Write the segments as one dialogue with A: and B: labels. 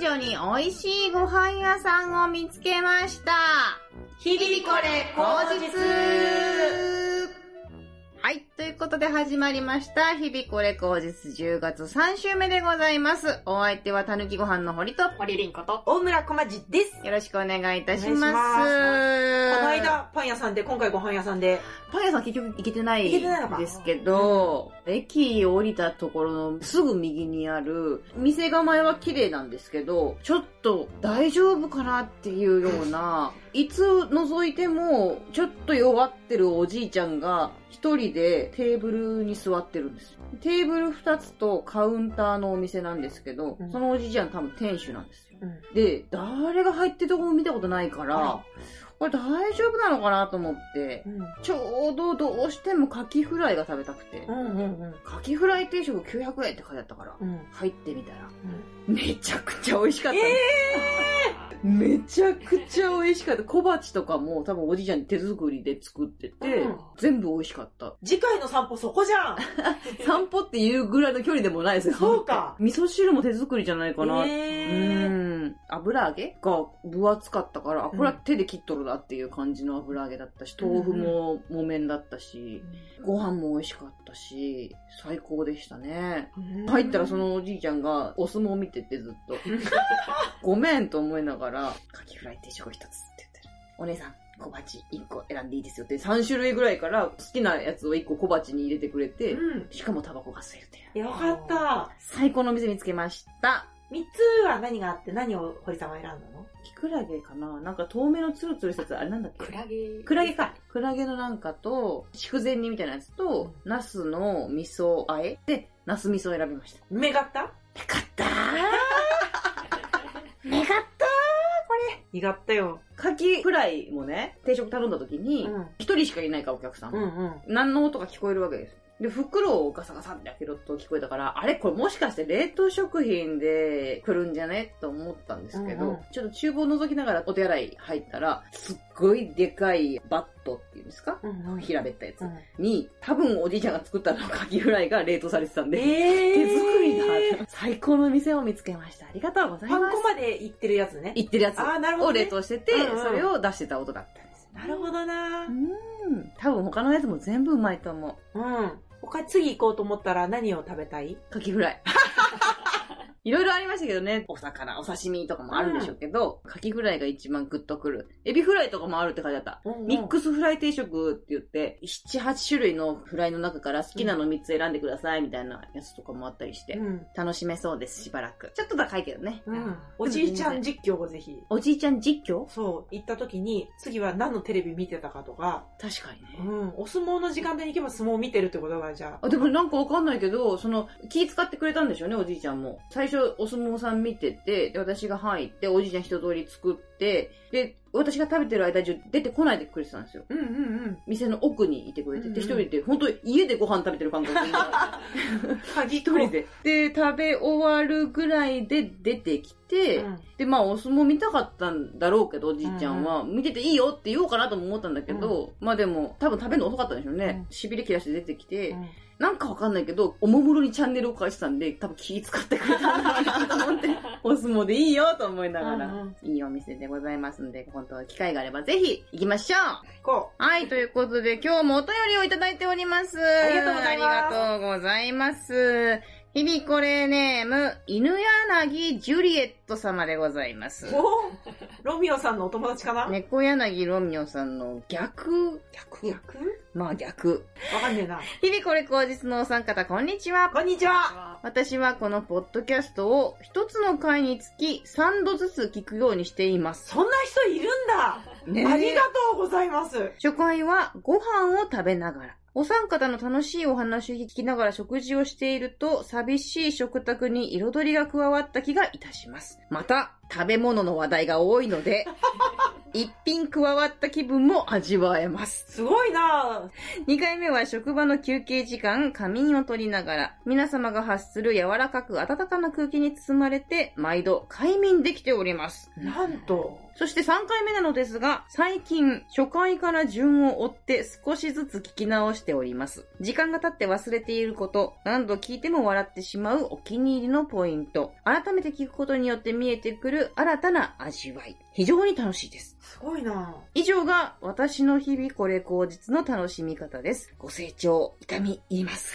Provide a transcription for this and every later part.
A: ドに美味しいご飯屋さんを見つけました。
B: 日々これ口実
A: はい。ということで始まりました。日々これ口実10月3週目でございます。お相手はたぬきご飯の堀と、よ
B: 堀凛子と。
C: 大村こまじです。こ
A: ろしくお願いいたし
C: お
A: ます。
C: の、間、パン屋さんで、今回ご飯屋さんで、
A: パン屋さん結局行けてない
C: 行けてないのか
A: ですけど、駅降りたところのすぐ右にある、店構えは綺麗なんですけど、ちょっと大丈夫かなっていうよう な、いつ覗いても、ちょっと弱ってるおじいちゃんが、一人でテーブルに座ってるんですよ。テーブル二つとカウンターのお店なんですけど
C: うん、
A: そのおじいちゃん多分店主なんですよ。
C: うん
A: で、誰が入ってるとこも見たことないから
C: あ、
A: これ大丈夫なのかなと思って、
C: うん、
A: ちょうどどうしてもカキフライが食べたくて
C: う、ん、うん、うん、
A: カキフライ定食900円って書いてあったから、
C: うん。
A: 入ってみたら、
C: う
A: めちゃくちゃ美味しかった、
C: え
A: めちゃくちゃ美味しかった。小鉢とかも多分おじいちゃん手作りで作ってて、
C: うん
A: 全部美味しかった。
C: 次回の散歩そこじゃん
A: 散歩っていうぐらいの距離でもないですよ。
C: そう か
A: 味噌汁も手作りじゃないかな。う
C: えー
A: ん油揚げが分厚かったから、あこれは
C: うん
A: 手で切っとるなっていう感じの油揚げだったし、豆腐も木綿だったし、ご飯も美味しかったし、最高でしたね。入ったらそ、のおじいちゃんがお相撲見ててずっ と。ごめんと思いながら、カキフライ定食一つって言ってる。お姉さん、小鉢一個選んでいいですよって3種類ぐらいから好きなやつを一個小鉢に入れてくれ
C: う
A: て、
C: ん。
A: しかもタバコが吸えるっていう。
C: よかった。
A: 最高の店見つけました。
C: 三つは何があって、何を堀さんは選んだの
A: キクラゲかななんか透明のツルツルしたやつ、あれなんだっけ
B: クラゲ。
A: クラゲか。クラゲのなんかと、筑前煮みたいなやつと、ナスの味噌和えで、ナス味噌を選びました。
C: 目がった
A: なかったー なかった
C: 苦がったよ。
A: ーカキフライもね、定食頼んだ時
C: う
A: に、
C: ん。
A: 一人しかいないからお客さん
C: う
A: が、
C: んうん。
A: 何の音が聞こえるわけです。で、袋をガサガサって開けると聞こえたから、あれこれもしかして冷凍食品で来るんじゃねと思ったんですけど、
C: うんうん
A: ちょっと厨房覗きながらお手洗い入ったら、すっごいでかいバットっていうんですか
C: うんうん。
A: 平べったやつ
C: う。ん
A: に、多分おじいちゃんが作ったのカキフライが冷凍されてたん
C: え
A: で、
C: ー
A: 手作りだ、最高の店を見つけました。ありがとうござい
C: パ
A: ま
C: ン
A: す
C: 粉。までいってるやつね。
A: 言ってるやつ
C: あー、なるほ
A: を
C: ど、
A: 冷
C: ね。
A: 凍してて、
C: うんうん
A: それを出してた音だったんですよ。
C: なるほどな
A: う。ん。多分他のやつも全部うまいと思う。
C: うん。他次行こうと思ったら何を食べたい
A: カキフライ。 いろいろありましたけどね。お魚、お刺身とかもあるんでしょうけど、カキフライが一番グッとくる。エビフライとかもあるって書いてあった。ミックスフライ定食って言って、7、8種類のフライの中から好きなの3つ選んでくださいみたいなやつとかもあったりして、
C: うん。
A: 楽しめそうです、しばらく。ちょっと高いけどね。
C: うん。おじいちゃん実況をぜひ。
A: おじいちゃん実況
C: そう、行った時に、次は何のテレビ見てたかとか、
A: 確かに
C: う
A: ね。
C: ん、お相撲の時間帯に行けば相撲を見てるってことが、じゃあ。
A: あ、でもなんかわかんないけど、その、気使ってくれたんでしょうね、おじいちゃんも。最初、お相撲さん見てて、で、私が入って、おじいちゃん一通り作って、で、私が食べてる間中、出てこないでくれてたんですよ。
C: うんうんうん。
A: 店の奥にいてくれて
C: うんう
A: て、
C: ん
A: 一人で、本当に家でご飯食べてる感覚で。
C: 鍵
A: 一人。で。で、食べ終わるぐらいで出てきて、
C: うん
A: で、まあ、お相撲見たかったんだろうけど、おじいちゃんは、見てていいよって言おうかなとも思ったんだけど、まあでも、多分食べるの遅かったんでしょうね。しびれ切らして出てきて、
C: うん
A: なんかわかんないけど、おもむろにチャンネルを返してたんで、多分気使ってくれたんだろうなと思っ て、お相撲でいいよと思いながら、
C: うんうん
A: いいお店でございますんで、本当機会があればぜひ行きましょう
C: こ
A: はい、ということで今日もお便りをいただいております。
C: りがとうございます
A: ありがとうございます。日々これネーム、犬柳ジュリエット様でございます
C: う。。おロミオさんのお友達かな
A: 猫柳ロミオさんの逆、逆
C: 逆
A: まあ逆。
C: わかんねえな。
A: 日々これ口実のお三方、こんにちは。
C: こんにちは
A: 私はこのポッドキャストを一つの回につき3度ずつ聞くようにしています。
C: そんな人いるんだ
A: ね
C: ありがとうございます
A: 初回はご飯を食べながら。お三方の楽しいお話を聞きながら食事をしていると、寂しい食卓に彩りが加わった気がいたします。また、食べ物の話題が多いので、一品加わった気分も味わえます。
C: すごいな
A: 2回目は職場の休憩時間、仮眠を取りながら、皆様が発する柔らかく温かな空気に包まれて、毎度快眠できております。
C: なんと。
A: そして3回目なのですが、最近、初回から順を追って少しずつ聞き直しております。時間が経って忘れていること、何度聞いても笑ってしまうお気に入りのポイント、改めて聞くことによって見えてくる新たな味わい、非常に楽しいです。
C: すごいな
A: 以上が私の日々これ口実の楽しみ方です。ご清聴、痛み入ります。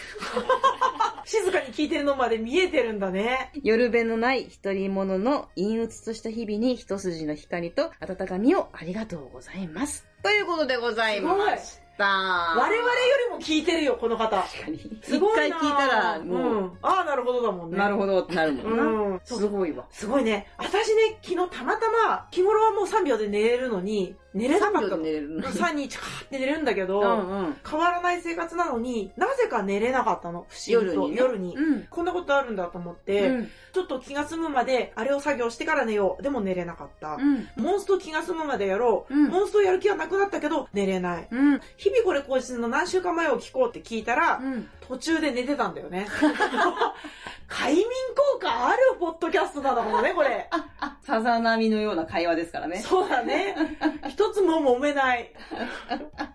C: 静かに聞いてるのまで見えてるんだね。
A: 夜べのない独り者の陰鬱とした日々に一筋の光と温かみをありがとうございます。ということでござい
C: す
A: ま
C: ごい。
A: した。
C: 我々よりも聞いてるよ、この方。
A: 確かに。
C: す
A: 一
C: ごい
A: 回
C: な
A: 聞いたら、
C: う
A: も
C: んああ、なるほどだもん
A: う、
C: ね。
A: なるほどってなるもんな。
C: うん。そう
A: すごいわ。
C: すごいね。私ね、昨日たまたま、日頃はもう3秒で寝れるのに、寝れな
A: 3
C: かっ
A: 秒で
C: たの。
A: 寝れるの。
C: 3、2、チカーって寝れるんだけど、
A: うんうん。
C: 変わらない生活なのに、なぜか寝れなかったの。不思議
A: 夜
C: と。
A: にね。
C: 夜に。
A: うん。
C: こんなことあるんだと思って、
A: うん
C: ちょっと気が済むまで、あれを作業してから寝よう。でも寝れなかった。
A: うん。
C: モンスト気が済むまでやろう。
A: うん
C: モンストやる気はなくなったけど、寝れない。
A: うん。
C: 日々これ更新の何週間前を聞こうって聞いたら、
A: うん。
C: 途中で寝てたんだよね。 快眠効果あるポッドキャストなのかもね、これ。
B: あ、さざ波のような会話ですからね。
C: そうだね。一つも揉めない。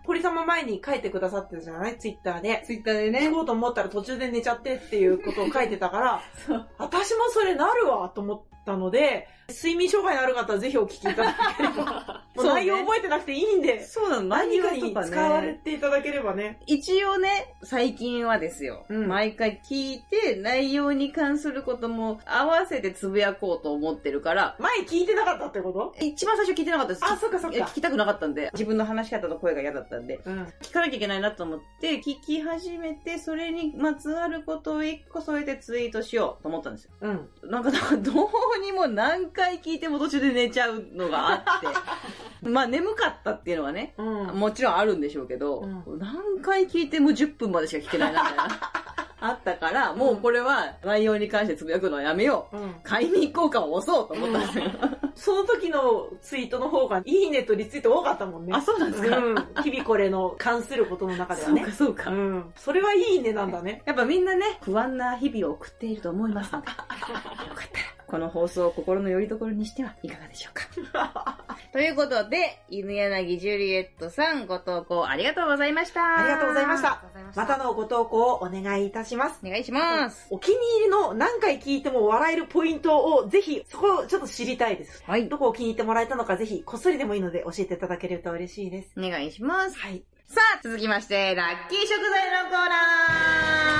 C: 堀様前に書いてくださってるじゃないツイッターで。
B: ツイッターで
C: 寝
B: ね。
C: こうと思ったら途中で寝ちゃってっていうことを書いてたから、
B: そう。
C: 私もそれなるわと思ったので、睡眠障害のある方はぜひお聞きいただければ。もう
B: そうね
C: 内容覚えてなくていいんで、
B: そうなの、
C: 何かに
B: とか
C: 使われ
B: ね。
C: ていただければね。
A: 一応ね、最近はですよ、
C: うん
A: 毎回聞いて内容に関することも合わせてつぶやこうと思ってるから、
C: 前聞いてなかったってこと
A: 一番最初聞いてなかったです。
C: あ、そっかそっ
A: いや
C: か
A: 聞。きたくなかったんで、自分の話し方と声が嫌だったんで、
C: うん。
A: 聞かなきゃいけないなと思って、聞き始めて、それにまつわることを一個添えてツイートしようと思ったんですよ。
C: うん。
A: なんか、なんかどうにも何回聞いても途中で寝ちゃうのがあ って、まあ眠かったっていうのはね、
C: うん。
A: もちろんあるんでしょうけど、
C: う
A: 何回聞いても10分までしか聞けないなみたい な。あったから、もうこれは内容に関してつぶやくのはやめよう。
C: うん
A: 快眠効果を押そうと思ったんですよ。
C: その時のツイートの方が、いいねとリツイート多かったもんね。
A: あ、そうなんですか、
C: うん。日々これの関することの中では
A: そう
C: ね
A: か。そうか。
C: うん。それはいいねなんだね。
A: やっぱみんなね、不安な日々を送っていると思いますの で、よかったら、この放送を心の拠り所にしてはいかがでしょうか。 ということで、犬柳ジュリエットさん、ご投稿ありがとうございました。
C: ありがとうございまし。た。ま
B: ま
C: た
B: た、
C: のご投稿をお願いいたします。
A: お願いします。
C: お気に入りの何回聞いても笑えるポイントをぜひ、そこをちょっと知りたいです。
A: はい。
C: どこを気に入ってもらえたのかぜひ、こっそりでもいいので教えていただけると嬉しいです。
A: お願いします。
C: はい。
A: さあ、続きまして、ラッキー食材のコー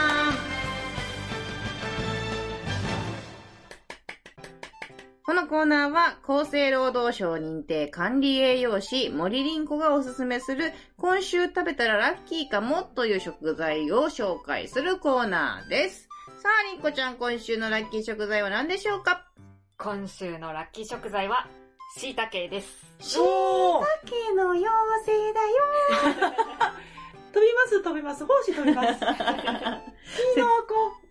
A: ナーこのコーナーは、厚生労働省認定管理栄養士森林子がおすすめする、今週食べたらラッキーかもという食材を紹介するコーナーです。さあ、りんこちゃん、今週のラッキー食材は何でしょうか
B: 今週のラッキー食材は、椎茸です。
C: おー
A: けの妖精だよ。
C: 飛びます、飛びます、胞子飛 びます。キノ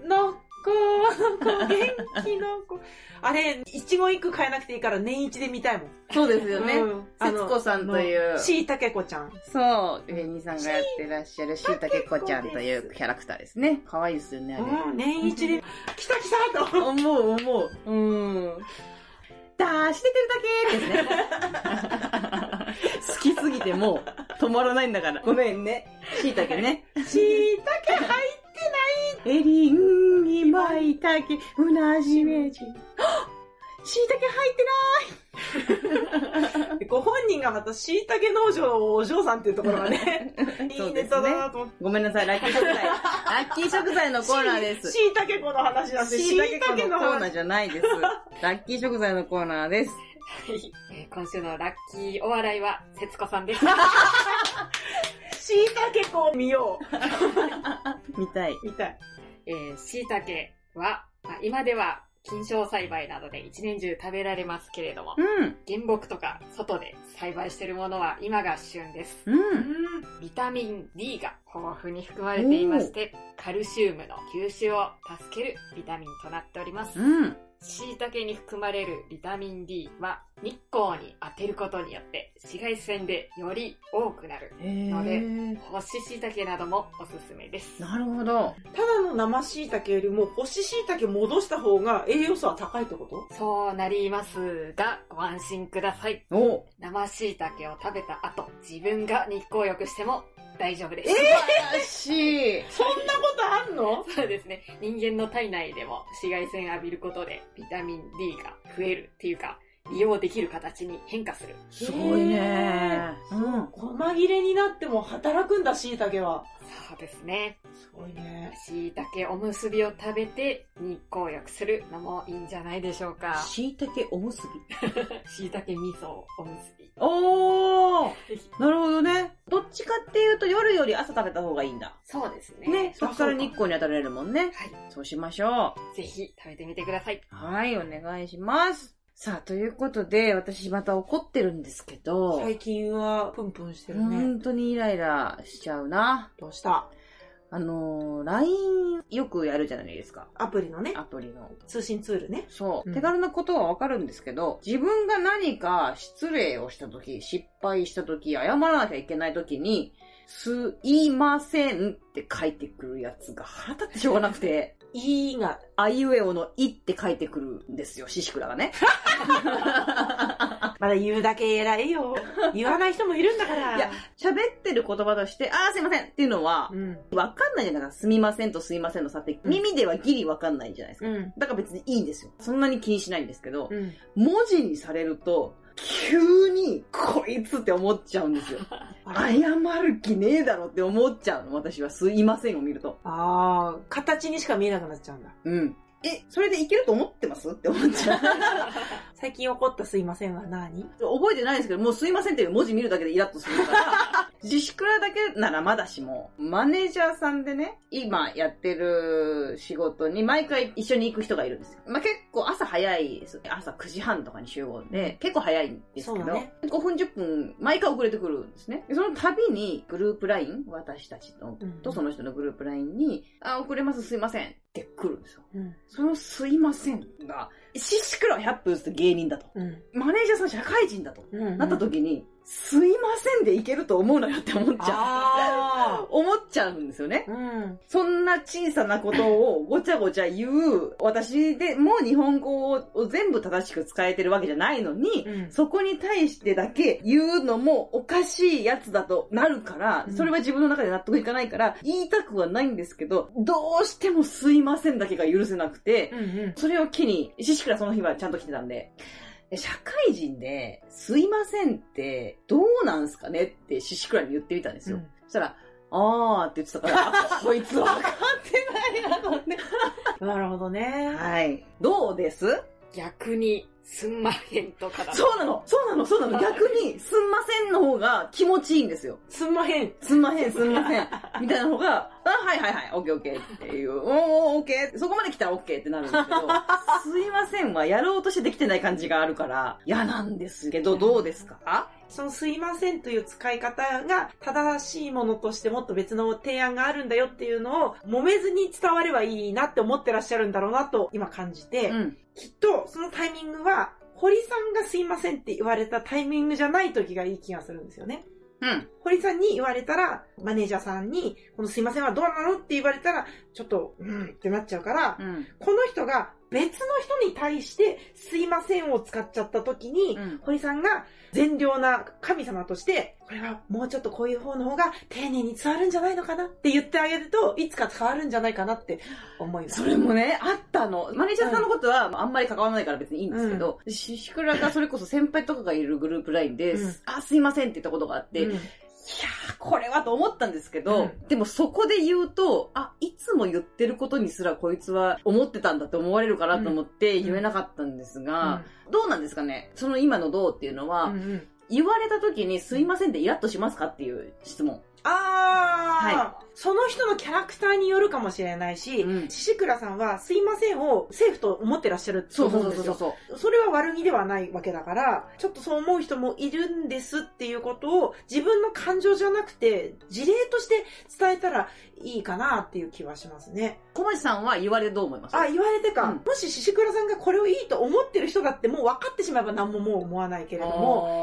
C: コ、のこ、のこ、元気のこ。あれ、一言一句変えなくていいから年一で見たいもん。
A: そうですよね。
C: うん
A: 節子さんという
C: しいたけこちゃん。
A: そう、上にさんがやってらっしゃるしいたけこちゃんというキャラクターですね。可愛いですよね、あれ。
C: うん、年一で、来た来たと。
A: 思う思う。うん。出しててるだけ ですね。好きすぎてもう止まらないんだから。ごめんね。しいたけね。
C: しいたけ入
A: エリンギ、まいたけ、うなじめ じ。しいたけ入って
C: ってご本人がまたしいたけ農場のお嬢さんっていうところ がね、いいネタだなと思って。
A: ないごめんなさい、ラッキー 食材。ラッキー食材のコーナーです。
C: しいたけこの話なんで、
A: し
C: し
A: い
C: い
A: た
C: た
A: け
C: け
A: の
C: の
A: コーナー
C: 話。
A: じゃないです。ラッキー食材のコーナーです。
B: えー今週のラッキーお笑いは、節子さん です。
C: しいたけこを見よ
A: 見たい。
C: う。みたい。
B: えー、椎茸は、まあ今では、菌床栽培などで一年中食べられますけれども、
A: うん。
B: 原木とか外で栽培しているものは今が旬です。
A: うん。
B: ビタミン D が豊富に含まれていまして、カルシウムの吸収を助けるビタミンとなっております。
A: うん。
B: 椎茸に含まれるビタミン D は日光に当てることによって紫外線でより多くなる。
A: へ
B: ので
A: ー
B: 干し椎茸などもおすすめです。
A: なるほど。
C: ただの生椎茸よりも干し椎茸戻した方が栄養素は高いってこと
B: そうなりますが、ご安心ください。
A: お
B: 生椎茸を食べた後、自分が日光浴しても大丈夫です。
A: らしい。
C: そんなことあんの
B: そうですね。人間の体内でも紫外線浴びることでビタミン D が増えるっていうか、利用できる形に変化する。
A: すごいね。
C: えー
A: うん。
C: 細切れになっても働くんだ、椎茸は。
B: そうですね。
C: すごいね。
B: 椎茸おむすびを食べて日光浴するのもいいんじゃないでしょうか。
A: 椎茸おむすび。
B: 椎茸味噌おむすび。
A: おーなるほどね。どっちかっていうと夜より朝食べた方がいいんだ。
B: そうですね。
A: ね、そっから日光に当たれるもんね。
B: はい。
A: そうしましょ
B: ぜひ食べてみてください。
A: う。はい、お願いします。さあ、ということで、私また怒ってるんですけど、
C: 最近はプンプンしてるね。
A: 本当にイライラしちゃうな。
C: どうした
A: あのー、LINE よくやるじゃないですか。
C: アプリのね、
A: アプリの。
C: 通信ツールね。
A: そう。
C: うん
A: 手軽なことはわかるんですけど、自分が何か失礼をしたとき、失敗したとき、謝らなきゃいけないときに、すいませんって書いてくるやつが腹立ってしょうがなくて、
C: いいが、
A: あいうえおのいって書いてくるんですよ、シシクラがね。
C: まだ言うだけ偉い よ。言わない人もいるんだから。
A: いや喋ってる言葉として、あーすいませんっていうのは
C: う、ん。
A: わかんないじゃないですか。すみませんとすいませんの差って、
C: うん
A: 耳ではギリわかんないじゃないですか。
C: うん。
A: だから別にいいんですよ。そんなに気にしないんですけど、
C: うん。
A: 文字にされると、急に、こいつって思っちゃうん ですよ。謝る気ねえだろって思っちゃうの、私は。すいませんを見ると。
C: ああ、形にしか見えなくなっちゃうんだ。
A: うん。え、それでいけると思ってますって思っちゃう。
C: 最近起こったすいませんは何
A: 覚えてないですけど、もうすいませんっていう文字見るだけでイラッとする から、自粛らだけならまだしも、マネージャーさんでね、今やってる仕事に毎回一緒に行く人がいるんですよ。まあ、結構朝早いです。朝9時半とかに集合で、結構早いんですけ
C: そう
A: ど、
C: だね
A: 5分10分、毎回遅れてくるんですね。でその度にグループ LINE、私たちの
C: うん
A: とその人のグループ LINE に、あ、遅れますすいませんって来るんですよ。
C: うん。
A: そのすいませんが、シシクラは100分って芸人だと。
C: うん。
A: マネージャーさん社会人だと。
C: うん。
A: なった時に、すいませんでいけると思うなよって思っちゃう
C: あ。
A: 思っちゃうんですよね。
C: あ。うん。
A: そんな小さなことをごちゃごちゃ言う、私でもう日本語を全部正しく使えてるわけじゃないのに、
C: うん。
A: そこに対してだけ言うのもおかしいやつだとなるから
C: う、ん
A: それは自分の中で納得いかないから、言いたくはないんですけど、どうしてもすいませんだけが許せなくて、
C: うんうん。
A: それを機に、シシクラその日はちゃんと来てたんで、社会人で、すいませんって、どうなんすかねってシシクラに言ってみたんですよ。
C: うん
A: そしたら、あーって言ってたから、あこいつ分かってないなと思って。
C: なるほどね。
A: はい。どうです
B: 逆に、すんまへんとかだと
A: そうなのそうなのそうなの逆に、すんませんの方が気持ちいいんですよ。
C: すんまへん。
A: すんまへん、すんまへん。みたいな方が、あ、はいはいはい、オッケーオッケーっていう、おーおーオッケーそこまで来たらオッケーってなるんですけ ど、すいませんはやろうとしてできてない感じがあるから、嫌なんですけど、どうですか
C: そのすいませんという使い方が正しいものとしてもっと別の提案があるんだよっていうのを揉めずに伝わればいいなって思ってらっしゃるんだろうなと今感じて、
A: うん。
C: きっとそのタイミングは堀さんがすいませんって言われたタイミングじゃない時がいい気がするんですよね。
A: うん。
C: 堀さんに言われたら、マネージャーさんに、このすいませんはどうなのって言われたら、ちょっと、うんってなっちゃうから、
A: うん。
C: この人が別の人に対して、すいませんを使っちゃった時に、
A: うん。
C: 堀さんが善良な神様として、これはもうちょっとこういう方の方が丁寧に伝わるんじゃないのかなって言ってあげると、いつか変わるんじゃないかなって思います。
A: それもね、あったの。マネージャーさんのことはあんまり関わらないから別にいいんですけど、シシクラがそれこそ先輩とかがいるグループラインで、
C: うん
A: あ、すいませんって言ったことがあって、
C: うん
A: いやー、これはと思ったんですけど、
C: うん
A: でもそこで言うと、あ、いつも言ってることにすらこいつは思ってたんだって思われるかなと思って
C: ん
A: 言えなかったんですが、どうなんですかねその今のどうっていうのは、
C: うんうん
A: 言われた時にすいませんでイラッとしますかっていう質問。
C: あー、その人のキャラクターによるかもしれないし、
A: うん
C: シシクラさんは、すいませんをセーフと思ってらっしゃると
A: そう
C: 思
A: そう
C: うん
A: そう
C: です
A: そう
C: よ。
A: そう。
C: それは悪気ではないわけだから、ちょっとそう思う人もいるんですっていうことを、自分の感情じゃなくて、事例として伝えたらいいかなっていう気はしますね。
A: 小町さんは言われどう思います
C: あ、言われてか、
A: うん
C: もしシシクラさんがこれをいいと思ってる人だってもう分かってしまえば何ももう思わないけれども、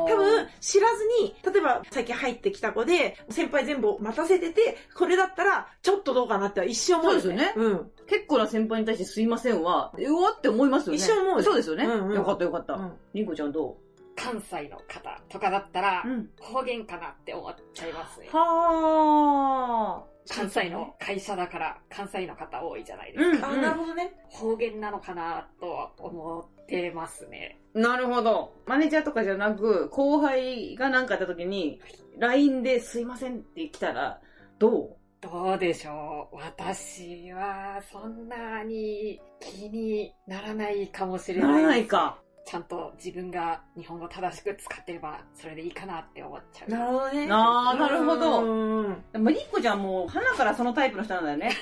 A: も
C: 多分、知らずに、例えば最近入ってきた子で、先輩全部待たせてて、これだったら、ちょっとどうかなって一生思う、
A: そうですよね
C: うん。
A: 結構な先輩に対してすいませんは、うわって思いますよね。
C: 一生思うよ
A: そうですよね。
C: うんうん
A: よかったよかった。
C: うん
A: りんこちゃんど
B: 関西の方とかだったら
A: う、ん。
B: 方言かなって思っちゃいますね。
A: は
B: 関西の会社だから、関西の方多いじゃないで
A: ー。
B: す
A: ん
B: か。
C: あ、なるほどね。
B: 方言なのかなとは思ってますね。
A: なるほど。マネージャーとかじゃなく、後輩が何かあった時に、LINE ですいませんって来たら、ど
B: どうでしょう私はそんなに気にならないかもし
A: う
B: れ
A: なら
B: な
A: ないい。か。
B: ちゃんと自分が日本語正しく使ってればそれでいいかなって思っちゃう。
C: なるほどね。
A: あーなるほど
C: うん
A: でもりんこちゃんも、花からそのタイプの人なんだよ ね。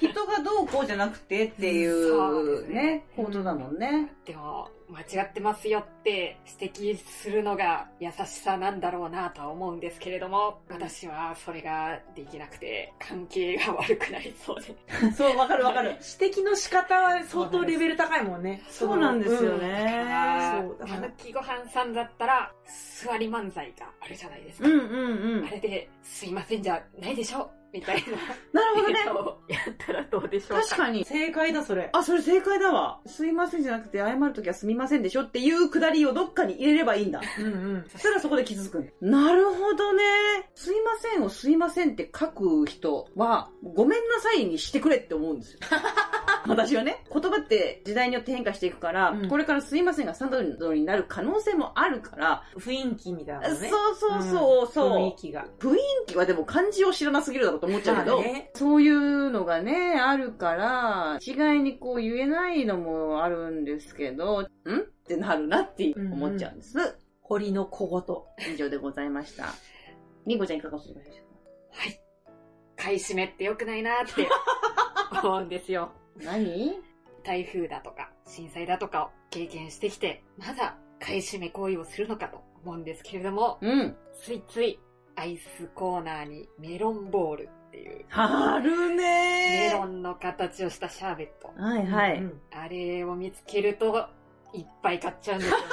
A: 人がどうこうじゃなくてってい
B: そうです
A: う、
B: ね
A: ね、ことだもんね。
B: でも、間違ってますよって指摘するのが優しさなんだろうなとは思うんですけれども、私はそれができなくて、関係が悪くなりそうで。
A: そう、わかるわか
C: 指
A: る。
C: 摘の仕方は相当レベル高いもんね。
A: そうなんですよ
C: うん
B: だから
A: ね。
C: そうだ
B: た
C: から
B: ぬきごはんさんだったら、座り漫才があるじゃないで
A: う
B: すか。
A: んうんうん。な
B: あ
A: る
B: れで、すいませんじゃないでしょみたいな。
A: ほど ね。
B: ことをやったらどうでしょうか。
A: 確かに。
C: 正解だ、それ。
A: あ、それ正解だわ。すいませんじゃなくて、謝るときはすみませんでしょっていうくだりをどっかに入れればいいんだ。
C: うんうん。
A: そしたらそこで傷つくんなるほどね。すいませんをすいませんって書く人は、ごめんなさいにしてくれって思うん ですよ。私はね、言葉って時代によって変化していくから、
C: うん
A: これからすいませんがスタンダードになる可能性もあるから、
C: 雰囲気みたいな
A: そ
C: の
A: う
C: ね。
A: そうそうそう。
C: 雰囲気が。
A: 雰囲気はでも漢字を知らなすぎるだろうと思っちゃうけど、
C: まあね
A: そういうのがね、あるから、一概にこう言えないのもあるんですけど、んってなるなって思っちゃうんです。
C: 堀の小言。
A: 以上でございました。りんごちゃんいかがお過ごしでしょ
B: はい。買い占めって良くないなって思うんですよ。
A: うか何
B: 台風だとか震災だとかを経験してきて、まだ買い占め行為をするのかと思うんですけれども、
A: うん。
B: ついついアイスコーナーにメロンボールっていう、
A: ある
B: メ
A: ね
B: ロンの形をしたシャーベット。
A: はいはい。
C: うんうん
B: あれを見つけると、いっぱい買っちゃうんです よね。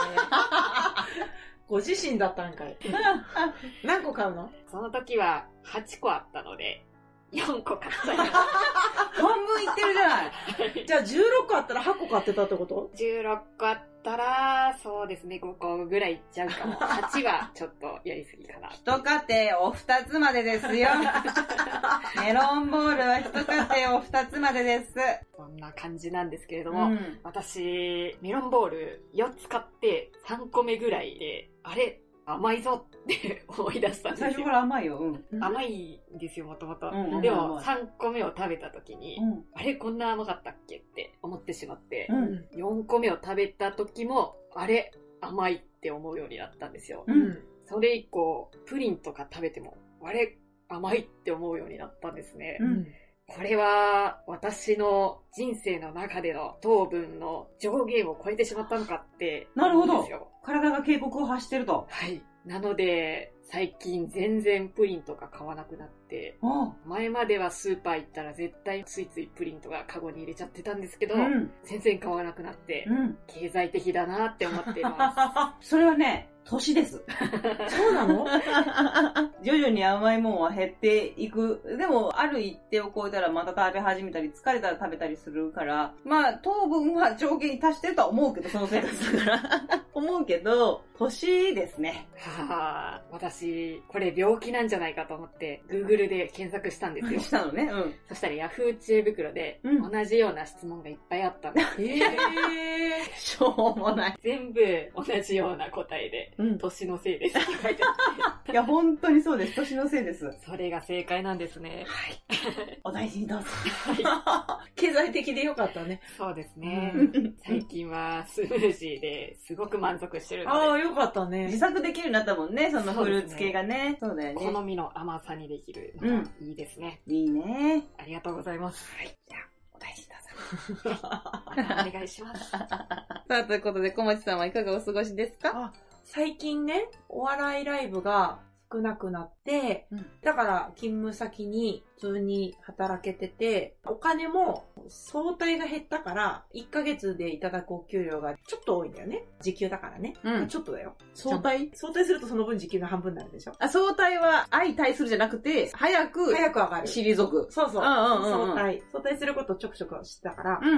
C: ご自身だったんかい。 何個買うの
B: その時は8個あったので、4個買っちゃい まし
A: 半分いってるじゃない。
C: じゃあ16個あったら8個買ってたってこと
B: 16個あったら、そうですね、5個ぐらいいっちゃうかも。8はちょっとやりすぎかな。
A: 一家庭お二つまでです よ。メロンボールは一家庭お二つまでです。
B: そんな感じなんですけれど
A: う
B: も、
A: ん。
B: 私、メロンボール4つ買って3個目ぐらいで、あれ甘いぞって 思い出したんです
A: 最
B: よ。
A: 初から甘いよ。うん。
B: 甘いんですよ、もともと
A: うん。
B: で
A: 甘
B: も、
A: い
B: 3個目を食べた時に、
A: うん。
B: あれこんな甘かったっけって思ってしまって、
A: うん
B: 4個目を食べた時も、あれ甘いって思うようになったんですよ。
A: う
C: うんん。
B: それ以降、プリンとか食べても、あれ甘いって思うようになったんですね。
A: うん
B: これは私の人生の中での糖分の上限を超えてしまったのかって
A: なるほど
B: 思うんですよ。
A: 体が警告を発してると。
B: はい。なので、最近全然プリンとか買わなくなって、
A: あ
B: 前まではスーパー行ったら絶対ついついプリンとかカゴに入れちゃってたんですけど、
A: うん。
B: 全然買わなくなって、
A: うん。
B: 経済的だなって思っています。
A: それはね、年です。
C: そう なの
A: 徐々に甘いもんは減っていく。でも、ある一定を超えたらまた食べ始めたり、疲れたら食べたりするから、まあ、糖分は上限に達してるとは思うけど、その生活だから。 思うけど、年ですね。
B: はあ、私、これ病気なんじゃないかと思って、Google で検索したんですよ
A: し。たのね。うん。
B: そしたら Yahoo 知恵袋で、
A: うん
B: 同じような質問がいっぱいあったんです。
C: ええ
A: しょうもない。
B: 全部同じような答えで。
A: うん
B: 年のせいですって書いてあって
A: いや、本当にそうです。年のせいです。
B: それが正解なんですね。
C: はい。
A: お大事にど うぞ。
C: 経済的でよかったね。
B: そうですね。
A: うん
B: 最近はスムージーですごく満足してる
C: あ
B: の
C: あ、
B: で、
C: よかった
A: 自
C: ね。
A: 作できるようになったもんね、そのフルーツ系がね。そうだよ
B: 好
A: ね。
B: みの甘さにできるのがいいですね。
A: いいね。
B: ありがとうござい ます。
A: じゃあ、お大事にどうぞ。
B: またお願いし ます。
A: さあ、ということで、小町さんはいかがお過ごしですか
C: 最近ね、お笑いライブが少なくなって、
A: うん
C: だから勤務先に普通に働けてて、お金も相対が減ったから、1ヶ月でいただくお給料がちょっと多いんだよね。時給だからね。
A: う
C: まあ。ちょっとだよ。
A: 相対
C: 相対するとその分時給の半分になるでしょ。
A: あ、相対は相対するじゃなくて、早く
C: 早く上がる。
A: 退く。
C: そうそう。
A: うんうんうんうん
C: 相対。相対することをちょくちょくしてたから。
A: うんうんう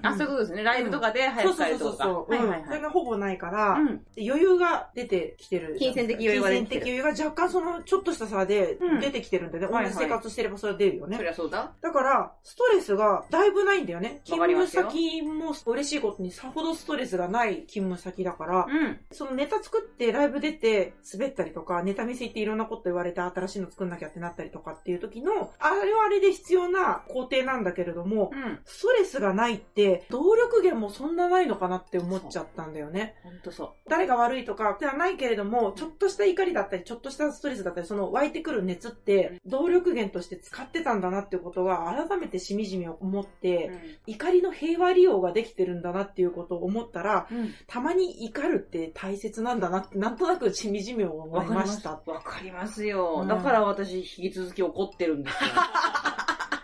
A: ん。あ、そういうことですね。ライブとかで
C: そ
A: 早
C: う
A: く帰
C: そう
A: る
C: そ
A: と
C: う
A: か。
C: そう。
A: はいはい
C: うんそ
A: は
C: れ
A: い。
C: がほぼないから、
A: うん。
C: 余裕が出てきてる。
A: 金銭的余裕が出てきてる
C: 金銭的余裕が若干そのちょっとした差で
A: うん
C: 出てきてるんだよね。
A: はいはい
C: 同じ生活してればそれは出るよね。
A: そりゃそうだ。
C: だから、ストレスがだいぶないんだよね。
A: わ
C: 勤
A: かりま
C: 務
A: すよ
C: 先も嬉しいことにさほどストレスがない勤務先だから、
A: うん。
C: そのネタ作ってライブ出て滑ったりとか、ネタ見せ行っていろんなこと言われて新しいの作んなきゃってなったりとかっていう時の、あれはあれで必要な工程なんだけれども、
A: うん。
C: ストレスがないって、動力源もそんなないのかなって思っちゃったんだよね。
A: ほんとそう。
C: 誰が悪いとかではないけれども、ちょっとした怒りだったり、ちょっとしたストレスだったり、その湧いてくる熱って、動力源として使ってたんだなっていうことが、改めてしみじみ思って、怒りの平和利用ができてるんだなっていうことを思ったら、
A: うん。
C: たまに怒るって大切なんだなって、なんとなくしみじみ思
A: わ
C: い
A: かり
C: ま
A: ま
C: し
A: した。
C: た
A: わ。かりますよ。
C: うん
A: だから私、引き続き怒ってるんです よ。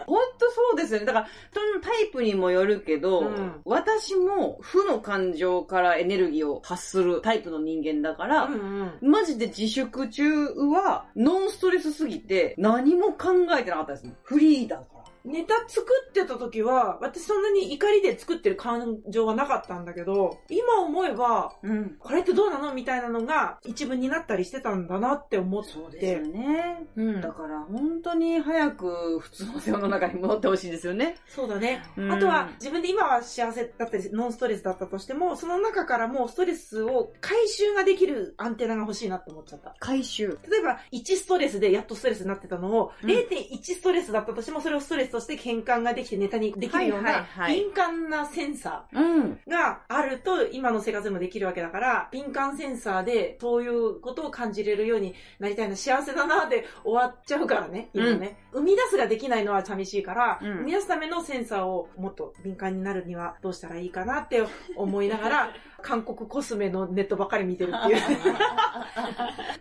A: ほんとそうですよね。だから、人のタイプにもよるけど、
C: うん
A: 私も負の感情からエネルギーを発するタイプの人間だから、
C: うんうん。
A: マジで自粛中は、ノンストレスすぎて、何も考えてなかったですね。フリーだから。
C: ネタ作ってた時は、私そんなに怒りで作ってる感情はなかったんだけど、今思えば、
A: うん。
C: これってどうなのみたいなのが一文になったりしてたんだなって思って。
A: そうですよね。
C: うん
A: だから、本当に早く普通の世の中に戻ってほしいですよね。
C: そうだね。
A: うん
C: あとは、自分で今は幸せだったり、ノンストレスだったとしても、その中からもうストレスを回収ができるアンテナが欲しいなって思っちゃった。
A: 回収。
C: 例えば、1ストレスでやっとストレスになってたのを、
A: うん
C: 0.1ストレスだったとしても、それをストレスとして変換ができてネタにできるよ
A: は
C: う
A: いはい
C: な
A: はい
C: 敏感なセンサ
A: うん。
C: ーがあると、今の生活でもできるわけだから、敏感センサーでそういうことを感じれるようになりたいな、幸せだなで終わっちゃうからね、今ね。生み出すができないのは寂しいから、
A: うん
C: 生み出すためのセンサーをもっと敏感になるにはどうしたらいいかなって思いなが ら、韓国コスメのネットばっかり見てるっていう。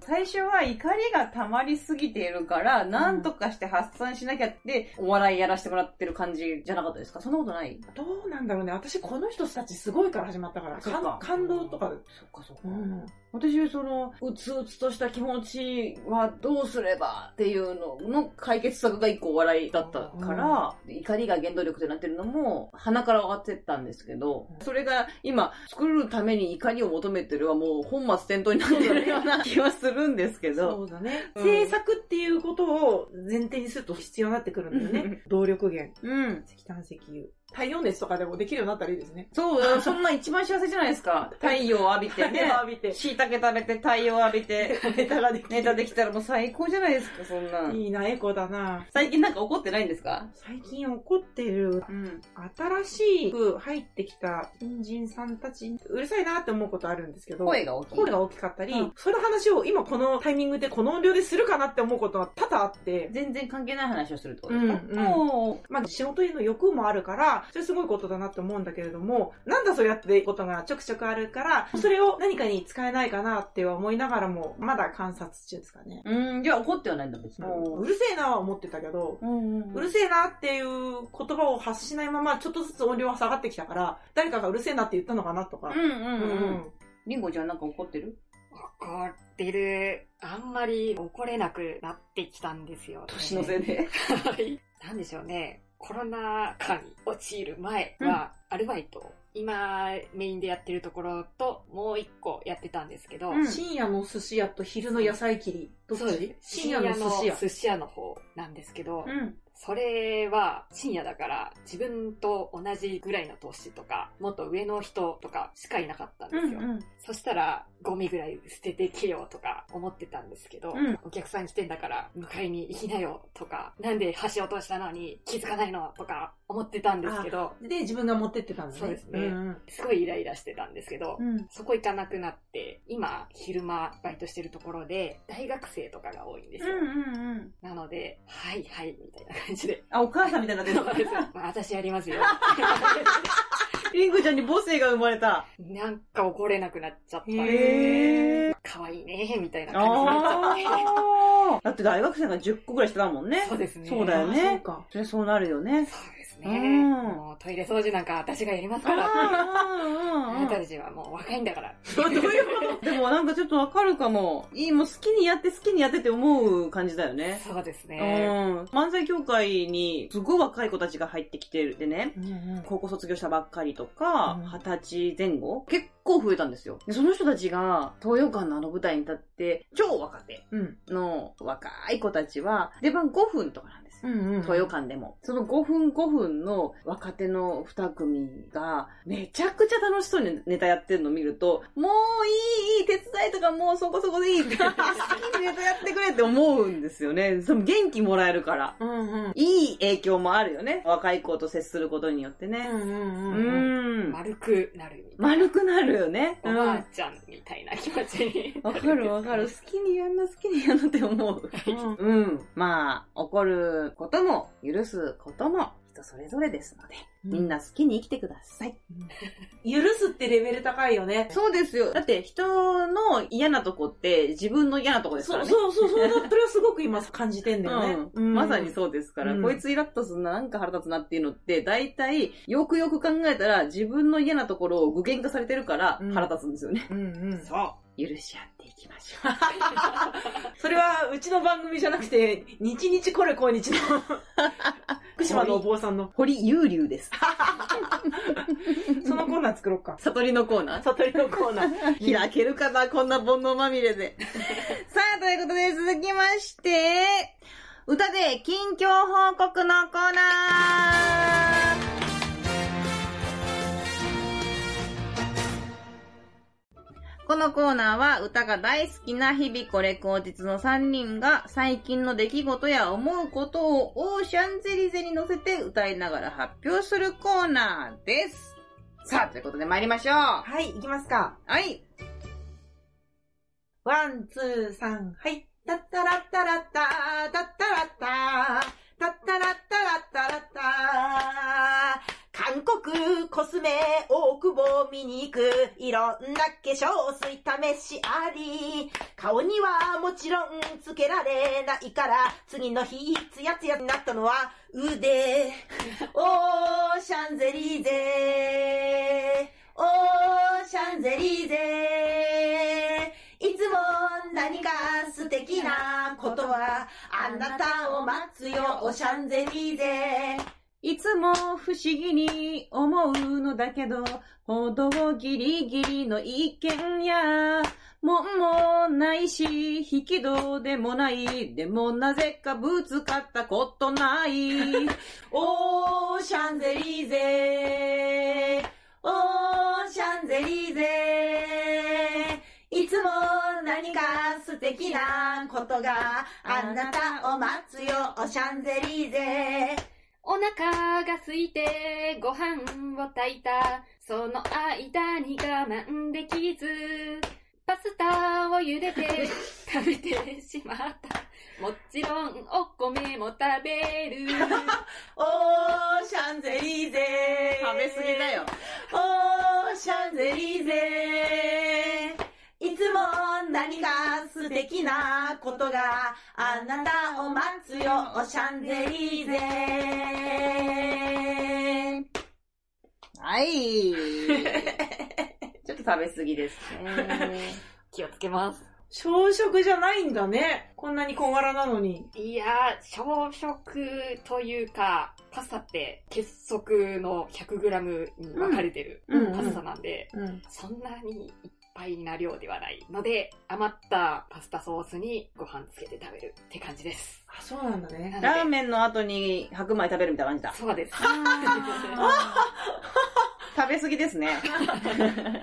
A: 最初は怒りが溜まりすぎているから、なんとかして発散しなきゃって、お笑いやらせてもらってる感じじゃなかったですかそんなことない
C: どうなんだろうね。私、この人たちすごいから始まったから。
A: そっか
C: 感感動とか。
A: そっかそっか。
C: うん。
A: 私、その、うつうつとした気持ちはどうすればっていうのの解決策が一個お笑いだったから、怒りが原動力ってなってるのも鼻から上がってったんですけど、それが今作るために怒りを求めてるはもう本末転倒になってるような気はするんですけど、
C: そうだね。
A: うん
C: 制作っていうことを前提にすると必要になってくるんだよね。動力源。
A: うん。
C: 石炭石油。太陽熱とかでもできるようになったらいいですね。
A: そう、そんな一番幸せじゃないです か。太陽浴びて
C: 太陽
A: ね。
C: 浴びて。
A: 椎茸食べて、太陽浴びて、
C: ネタができる
A: ネタできたらもう最高じゃないですか、そんなん。
C: いいな、エコだな。
A: 最近なんか怒ってないんですか
C: 最近起こってる、
A: うん。
C: 新しく入ってきた新人さんたち、うるさいなって思うことあるんですけど。
A: 声が大きい。
C: 声が大きかったり、
A: うん
C: その話を今このタイミングでこの音量でするかなって思うことは多々あって、
A: 全然関係ない話をするってことですか、
C: うんうん
A: おー
C: まあ、仕事への欲もあるから、それすごいことだなって思うんだけれども、なんだそれやってことがちょくちょくあるから、それを何かに使えないかなっては思いながらも、まだ観察中ですかね。
A: うん、じゃあ怒ってはないんだ、別に。
C: うるせえなは思ってたけど、
A: うん
C: うるせえなっていう言葉を発しないまま、ちょっとずつ音量は下がってきたから、誰かがうるせえなって言ったのかなとか
A: う。んう
C: う
A: う
C: ん
A: ん。りんごちゃんなんか怒ってる
B: 怒ってる。あんまり怒れなくなってきたんですよ、ね。
A: 年のせいで。
B: はい。なんでしょうね。コロナ禍に陥る前は、アルバイトを、今メインでやってるところと、もう一個やってたんですけど、
A: うん
C: 深夜の寿司屋と昼の野菜切り。どっ
B: そう
C: ち
B: です
C: 深夜の寿司屋。
B: 深夜の寿司屋の方なんですけど、
A: ん。
B: それは深夜だから自分と同じぐらいの年とか、もっと上の人とかしかいなかったんですよ。そしたら、ゴミぐらい捨ててけよとか思ってたんですけど、
C: うん
B: お客さん来てんだから迎えに行きなよとか、なんで橋落としたのに気づかないのとか思ってたんですけど、
C: で、自分が持ってってたんだね。
B: そうですね
C: うん
B: すごいイライラしてたんですけど、
C: うん。
B: そこ行かなくなって、今、昼間、バイトしてるところで、大学生とかが多いんです
C: うん
B: よ。
C: うんうん。
B: なので、はいはい、みたいな感 じで。
C: あ、お母さんみたいになっ てる。
B: まあ、私や りますよ。
C: リングちゃんに母性が生まれた。
B: なんか怒れなくなっちゃったんです
C: へ
B: ね。可愛いね、みたいな感じになっちゃって。
A: あ ーだって大学生が10個ぐらいしてたもんね。
B: そうですね。
A: そうだよね
C: あそうか。
A: それそうなるよね。
B: そうです
A: うん
B: ね。もうトイレ掃除なんか私がやりますから。あ
A: あ
B: な
A: ー
B: たたちはもう若いんだから。
C: どういうこ
A: でもなんかちょっとわかるかも。いい、もう好きにやって好きにやってって思う感じだよね。
B: そうです
A: う
B: ね。
A: ん。漫才協会にすごい若い子たちが入ってきてるでね。
C: と
A: 高校卒業したばっかりとか
C: うん、
A: 二十歳前後結構増えたんですよ。でその人たちが、東洋館のあの舞台に立って、超若手
C: うん。
A: の若い子たちは、出番5分とかなんですよ。
C: うんうん。
A: 豊館でも。その5分5分の若手の2組が、めちゃくちゃ楽しそうにネタやってるのを見ると、もういい、いい、手伝いとかもうそこそこでいい。好き にネタやってくれって思うんですよね。その元気もらえるから。
C: うんうん。
A: いい影響もあるよね。若い子と接することによってね。
C: うんうん
A: う
C: うん。
A: ん。
B: 丸くなるみたい
A: 丸くなるよね。う
B: な。おばあ
A: ん。
B: ちゃんみたいな気持ちに。
A: わかるわかる。好。きにやんな、好きにやんなって思う。
C: うん
A: うん。まあ、怒ることも、許すことも、人それぞれですので、みんな好きに生きてください。
C: 許すってレベル高いよね。
A: そうですよ。だって、人の嫌なとこって、自分の嫌なとこですか
C: そ
A: ら
C: う
A: ね。
C: そうそう、それはそれはすごく今感じてんだ よね。
A: うんまさにそうですから、
C: うん
A: こいつイラッとすんな、なんか腹立つなっていうのって、大体、よくよく考えたら、自分の嫌なところを具現化されてるから
C: うん、
A: 腹立つんですよね。
C: うんうん。
B: そう。
A: 許し合っていきましょう。
C: それはうちの番組じゃなくて、日々これ今日の福島のお坊さんの、
A: 堀優流です。
C: そのコーナー作ろうか。
A: 悟りのコーナー
C: 悟りのコーナー。
A: 開けるかな、こんな煩悩まみれ で。さあ、ということで、続きまして、歌で近況報告のコーナーこのコーナーは歌が大好きな日々これ口実の3人が最近の出来事や思うことをオーシャンゼリゼに乗せて歌いながら発表するコーナーです。さあ、ということで参りましょう。は
C: はい、いきますか。
A: い。
C: ワン、ツー、サン、はい。タッタラッタラッター、タッタラッター、タッタラッタラッタラッター。韓国コスメ大久保見に行く。いろんな化粧水試しあり。顔にはもちろんつけられないから、次の日、ツヤツヤになったのは腕。オーシャンゼリーゼオーシャンゼリーゼいつも何か素敵なことはあなたを待つよオーシャンゼリーゼ
A: いつも不思議に思うのだけど、歩道ギリギリの意見や、門もないし、引き戸でもない。でもなぜかぶつかったこと ない。
C: オーシャンゼリーゼオーシャンゼリーゼいつも何か素敵なことがあなたを待つよオーシャンゼリーゼ
B: お腹が空いてご飯を炊いた。その間に我慢できず、パスタを茹で て食べてしまった。もちろんお米も食べる。
C: オーシャンゼリーゼ
A: 食べ過ぎだよ。
C: オーシャンゼリーゼいつも何か素敵なことがあなたを待つよオーシャンゼリーゼ
A: はい。 ちょっと食べ過ぎですね。
B: 気をつけます。
C: 小食じゃないんだね。こんなに小柄なのに。
B: いやー、小食というか、パスタって結束の 100g に分かれてる
C: うん
B: パスタなんで、
C: うん。
B: そんなにいっぱ敗な量ではないので、余ったパスタソースにご飯つけて食べるって感じです。
C: あ、そうなんだね。
B: なので
A: ラーメンの後に白米食べるみたいな感じだ。
B: そうです。
A: 食べ過ぎですね。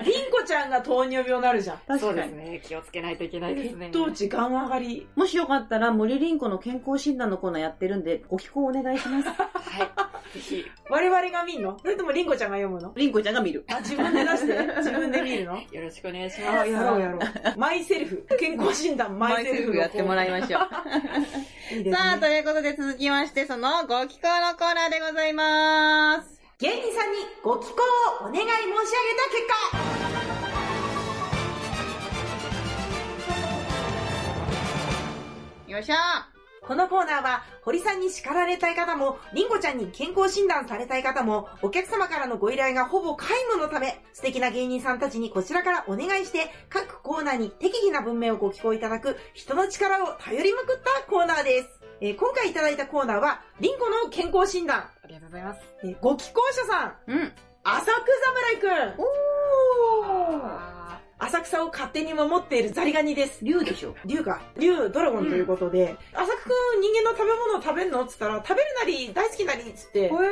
C: りんこちゃんが糖尿病になるじゃん。
B: そう
A: 確か
B: です
A: に。
B: ね。気をつけないといけないですね
C: 血。糖値がん上がり。
A: もしよかったら、森凛子の健康診断のコーナーやってるんで、ご寄稿お願いし ます。
B: はい。ぜひ、
C: 我々が見んのそれともりんこちゃんが読むの
A: 凛子ちゃんが見る。
C: あ、自分で出して。自分で見るの
B: よろしくお願いし
C: あ、
B: ます。
C: やろ うやろう。マイセルフ。健康診断マイセルフのコーナー。
A: やってもらいましょう。
C: いいですね
A: さあ、ということで続きまして、そのご寄稿のコーナーでございます。
C: 芸人さんにご寄稿をお願い申し上げた結
A: よいしょ
C: 果このコーナーは堀さんに叱られたい方もりんごちゃんに健康診断されたい方もお客様からのご依頼がほぼ皆無のため素敵な芸人さんたちにこちらからお願いして各コーナーに適宜な文明をご寄稿いただく人の力を頼りまくったコーナーです、えー今回いただいたコーナーはりんごの健康診断、
B: ありがとうございます。
C: えーご寄稿者さん
A: うん。
C: 浅草侍くん
B: あ
C: 浅草を勝手に守っているザリガニです
A: 竜でしょ。
C: 竜が、竜ドラゴンということで、浅くん人間の食べ物を食べるのっつったら、食べるなり、大好きなりっつって、好
A: え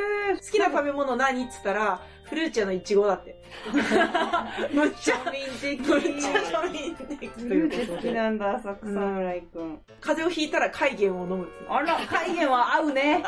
C: きな食べ物何っつったら、フルーチェのイチゴだって。 むっちゃ、
A: 民的
C: むっちゃ庶民的ということで。
A: なんだ、浅草侍くん。
C: 風邪をひいたら海源を飲むっつって。
A: あら、海源は合う ね。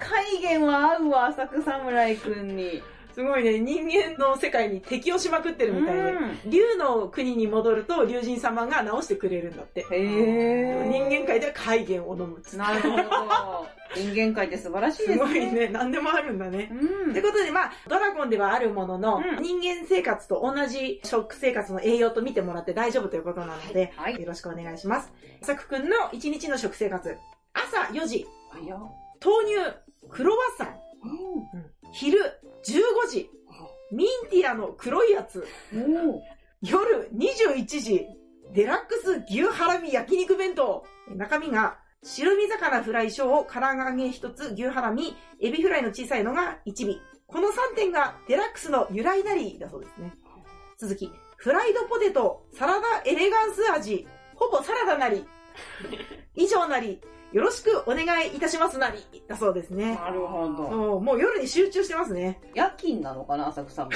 A: 海源は合うわ、浅草侍くんに。
C: すごいね、人間の世界に適応しまくってるみたいで。竜の国に戻ると、竜神様が治してくれるんだって。
A: へえ。
C: 人間界では海源を飲むっつって。
A: なるほど。 人間界って素晴らしいですすね。
C: ごいね、何でもあるんだね。
A: う。
C: というんことで、まあ、ドラゴンではあるものの、
A: うん
C: 人間生活と同じ食生活の栄養と見てもらって大丈夫ということなので、
A: はい。
C: よろしくお願いします。さくくんの1日の食生活。朝4時、
B: ーよ。
C: 豆乳、クロワッサン、昼15時、ミンティアの黒いやつ、
A: お
C: 夜21時、デラックス牛ハラミ焼肉弁当。中身が、白身魚フライ小を唐揚げ一つ、牛ハラミ、エビフライの小さいのが一尾。この3点がデラックスの由来なりだそうですね。続き、フライドポテト、サラダエレガンス味、ほぼサラダなり。以上なり、よろしくお願いいたしますなりだそうですね。
A: なるほど。
C: そうもう夜に集中してますね。
A: 夜勤なのかな、浅 草も。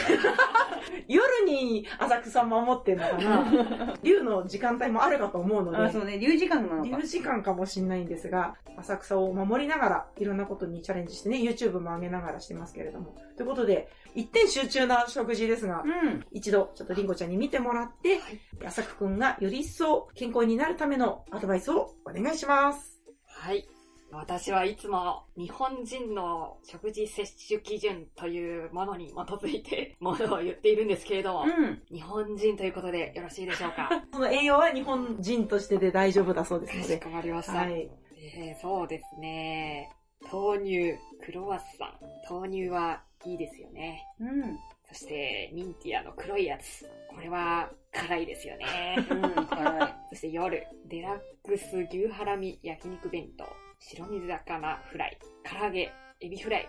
C: 夜に浅草守ってんのかな竜の時間帯もあるかと思うの
A: あ、
C: で
A: そうね、留時間なのか
C: 留。時間かもしんないんですが、浅草を守りながら、いろんなことにチャレンジしてね、YouTube も上げながらしてますけれども。ということで、一点集中な食事ですが、
A: うん。
C: 一度、ちょっとりんごちゃんに見てもらって、浅草くんがより一層健康になるためのアドバイスをお願いします。
B: はい。私はいつも日本人の食事摂取基準というものに基づいて ものを言っているんですけれども、
A: うん。
B: 日本人ということでよろしいでしょうか
C: その栄養は日本人としてで大丈夫だそうです
B: か
C: の
B: し
C: で。
B: こまりました。
C: はい。
B: えーそうですね。豆乳、クロワッサン。豆乳はいいですよね。
A: うん。
B: そして、ミンティアの黒いやつ。これは辛いですよね。
A: うん、辛い。
B: そして夜、デラックス牛ハラミ焼肉弁当、白身魚フライ、唐揚げ、エビフライ。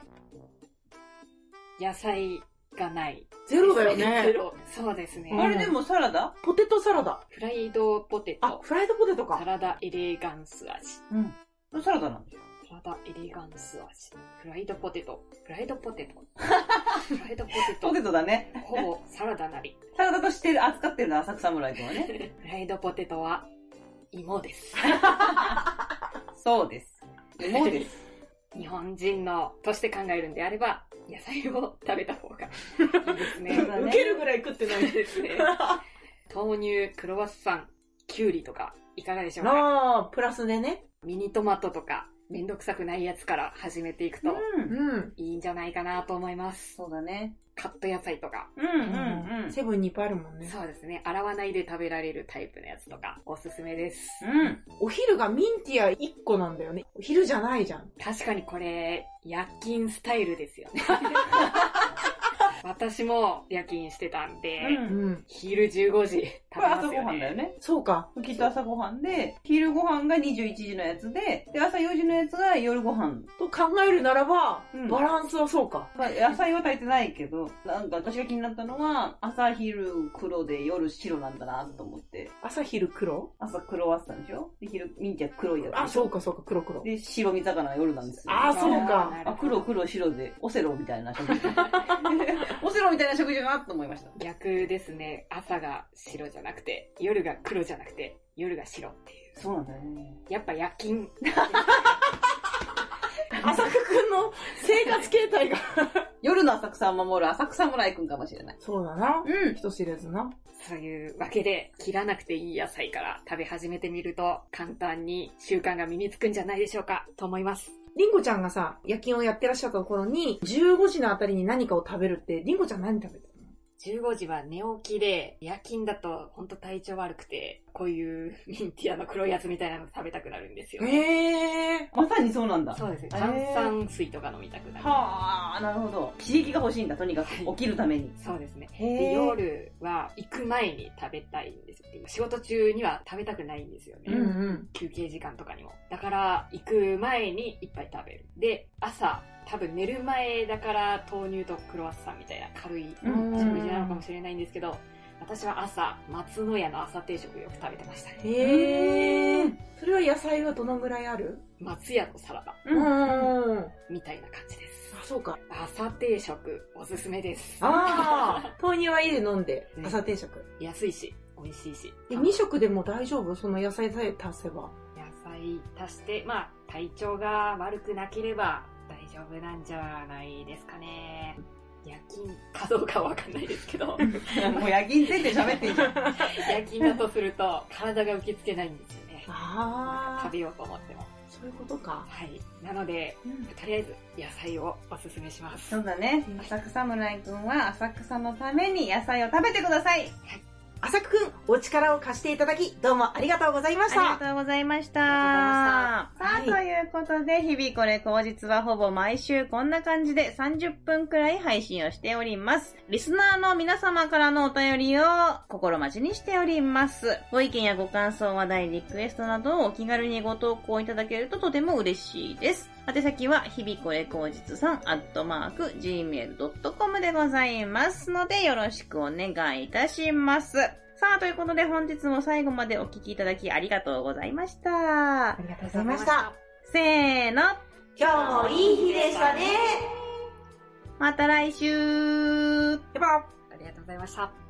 B: 野菜がない。
C: ゼロだよ
B: ゼ
C: ね。
B: ロ。そうですね。
A: あれでもサラダ
C: ポテトサラダ。
B: フライドポテ
C: あ
B: ト、、
C: フライドポテト
B: サ
C: か。
B: ラダエレガンス味。
A: うん。サラダなんでしょ
B: サラダエレガンス味。フライドポテト、フライドポテト。フライドポテト
A: ポテ、トだね。
B: ほぼサラダなり。
A: サラダとして扱ってるの、浅草村君は ね。
B: フライドポテトは芋です。
A: そうです。もうです。
B: 日本人のとして考えるんであれば、野菜を食べた方がいいです ね。
A: だね
C: 受けるぐらい食ってない。
B: ですね。豆乳、クロワッサン、きゅうりとか、いかがでしょうか
C: ああ、プラスでね。
B: ミニトマトとか、めんどくさくないやつから始めていくと
A: うん。
C: ん。
B: いいんじゃないかなと思います。
A: そうだね。
B: カット野菜とか、
A: うんうんうん。
C: セブンにいっぱいあるもんね。
B: そうですね、洗わないで食べられるタイプのやつとか、おすすめです。
A: うん。
C: お昼がミンティア1個なんだよね。お昼じゃないじゃん。
B: 確かにこれ、夜勤スタイルですよね。私も夜勤してたんで、
A: うん
C: うん。
B: 昼15時食べ
A: これ
B: ま
A: 朝
B: す
A: ご
B: よ
A: はんだ
B: ね。
A: よね。
C: そうか。
A: きっと朝ごはんで、昼ごはんが21時のやつで、で、朝4時のやつが夜ごはん。
C: と考えるならば、
A: うん
C: バランスはそうか。
A: まあ野菜は炊いてないけど、なんか私が気になったのは、朝昼黒で夜白なんだなと思って。
C: 朝昼黒
A: 朝黒はあったんでしょで、昼、ミンちゃん黒いやつ。
C: あ、そうかそうか、黒黒。
A: で、白身魚は夜なんですよ。
C: あそうか
B: なる
A: あ、
B: ほど
A: 黒黒白で、オセロみたいな食 事。オセロみたいな食事だなと思いました。
B: 逆ですね。朝が白じゃなくて、夜が黒じゃなくて、夜が白っていう。
A: そうなんだよね。
B: やっぱ夜勤。
C: 浅くくんの生活形 態が。
A: 夜の浅草を守る浅草村井くんかもしれない。
C: そうだな。
A: うん。
C: 人知れずな。
B: そういうわけで、切らなくていい野菜から食べ始めてみると、簡単に習慣が身につくんじゃないでしょうか、と思います。
C: りんごちゃんがさ、夜勤をやってらっしゃった頃に、15時のあたりに何かを食べるって、りんごちゃん何食べてたの
B: 15時は寝起きで、夜勤だとほんと体調悪くて、こういうミンティアの黒いやつみたいなの食べたくなるんですよ、ね。
C: ええ
A: まさにそうなんだ。
B: そうですね。
A: へー
B: 炭酸水とか飲みたくなる。
A: はあ、なるほど。刺激が欲しいんだ、とにかく。起きるために。
B: そうですね。で
A: へー
B: 夜は行く前に食べたいんですっていう。仕事中には食べたくないんですよね。
C: うんうん。
B: 休憩時間とかにも。だから、行く前に一杯食べる。で、朝、多分寝る前だから豆乳とクロワッサンみたいな軽い
A: うん
B: 食事なのかもしれないんですけど、私は朝、松の家の朝定食よく食べてましたね。
C: ええそれは野菜はどのぐらいある
B: 松屋のサラダ
A: う。
C: うんん。あ、
B: みたいな感じです。
C: そうか。
B: 朝定食おすすめです。
C: ああ。豆乳は家で飲んで
B: う、ん
C: 朝定食。
B: 安いし、美味しいし。
C: で、2食でも大丈夫その野菜さえ足せば。
B: 野菜足して、まあ、体調が悪くなければ大丈夫なんじゃないですかね。夜勤かどうかはわかんないですけど、
A: もう夜勤ついて喋っていいじゃん。
B: 夜勤だとすると体が受け付けないんですよね。
C: あ
B: 食べようと思っても。
C: そういうことか。
B: はい。なので、とりあえず野菜をおすすめします。
A: そうだね。浅草村井くんは浅草のために野菜を食べてください。
C: 浅くくん、お力を貸していただき、どうもありがとうございました。
A: ありがとうございました。
B: あ
A: さあ、ということで、日々これ口実はほぼ毎週こんな感じで30分くらい配信をしております。リスナーの皆様からのお便りを心待ちにしております。ご意見やご感想、話題、リクエストなどをお気軽にご投稿いただけるととても嬉しいです。宛先は、日々これ口実さん、アットマーク、gmail.com でございますので、よろしくお願いいたします。さあ、ということで本日も最後までお聞きいただきありがとうございました
C: あ。りがとうご
B: あ
C: ざいました。。
A: せーの、
C: 今日もいい日でしたね。
A: また来週
C: やっぱ
B: ありがとうございました。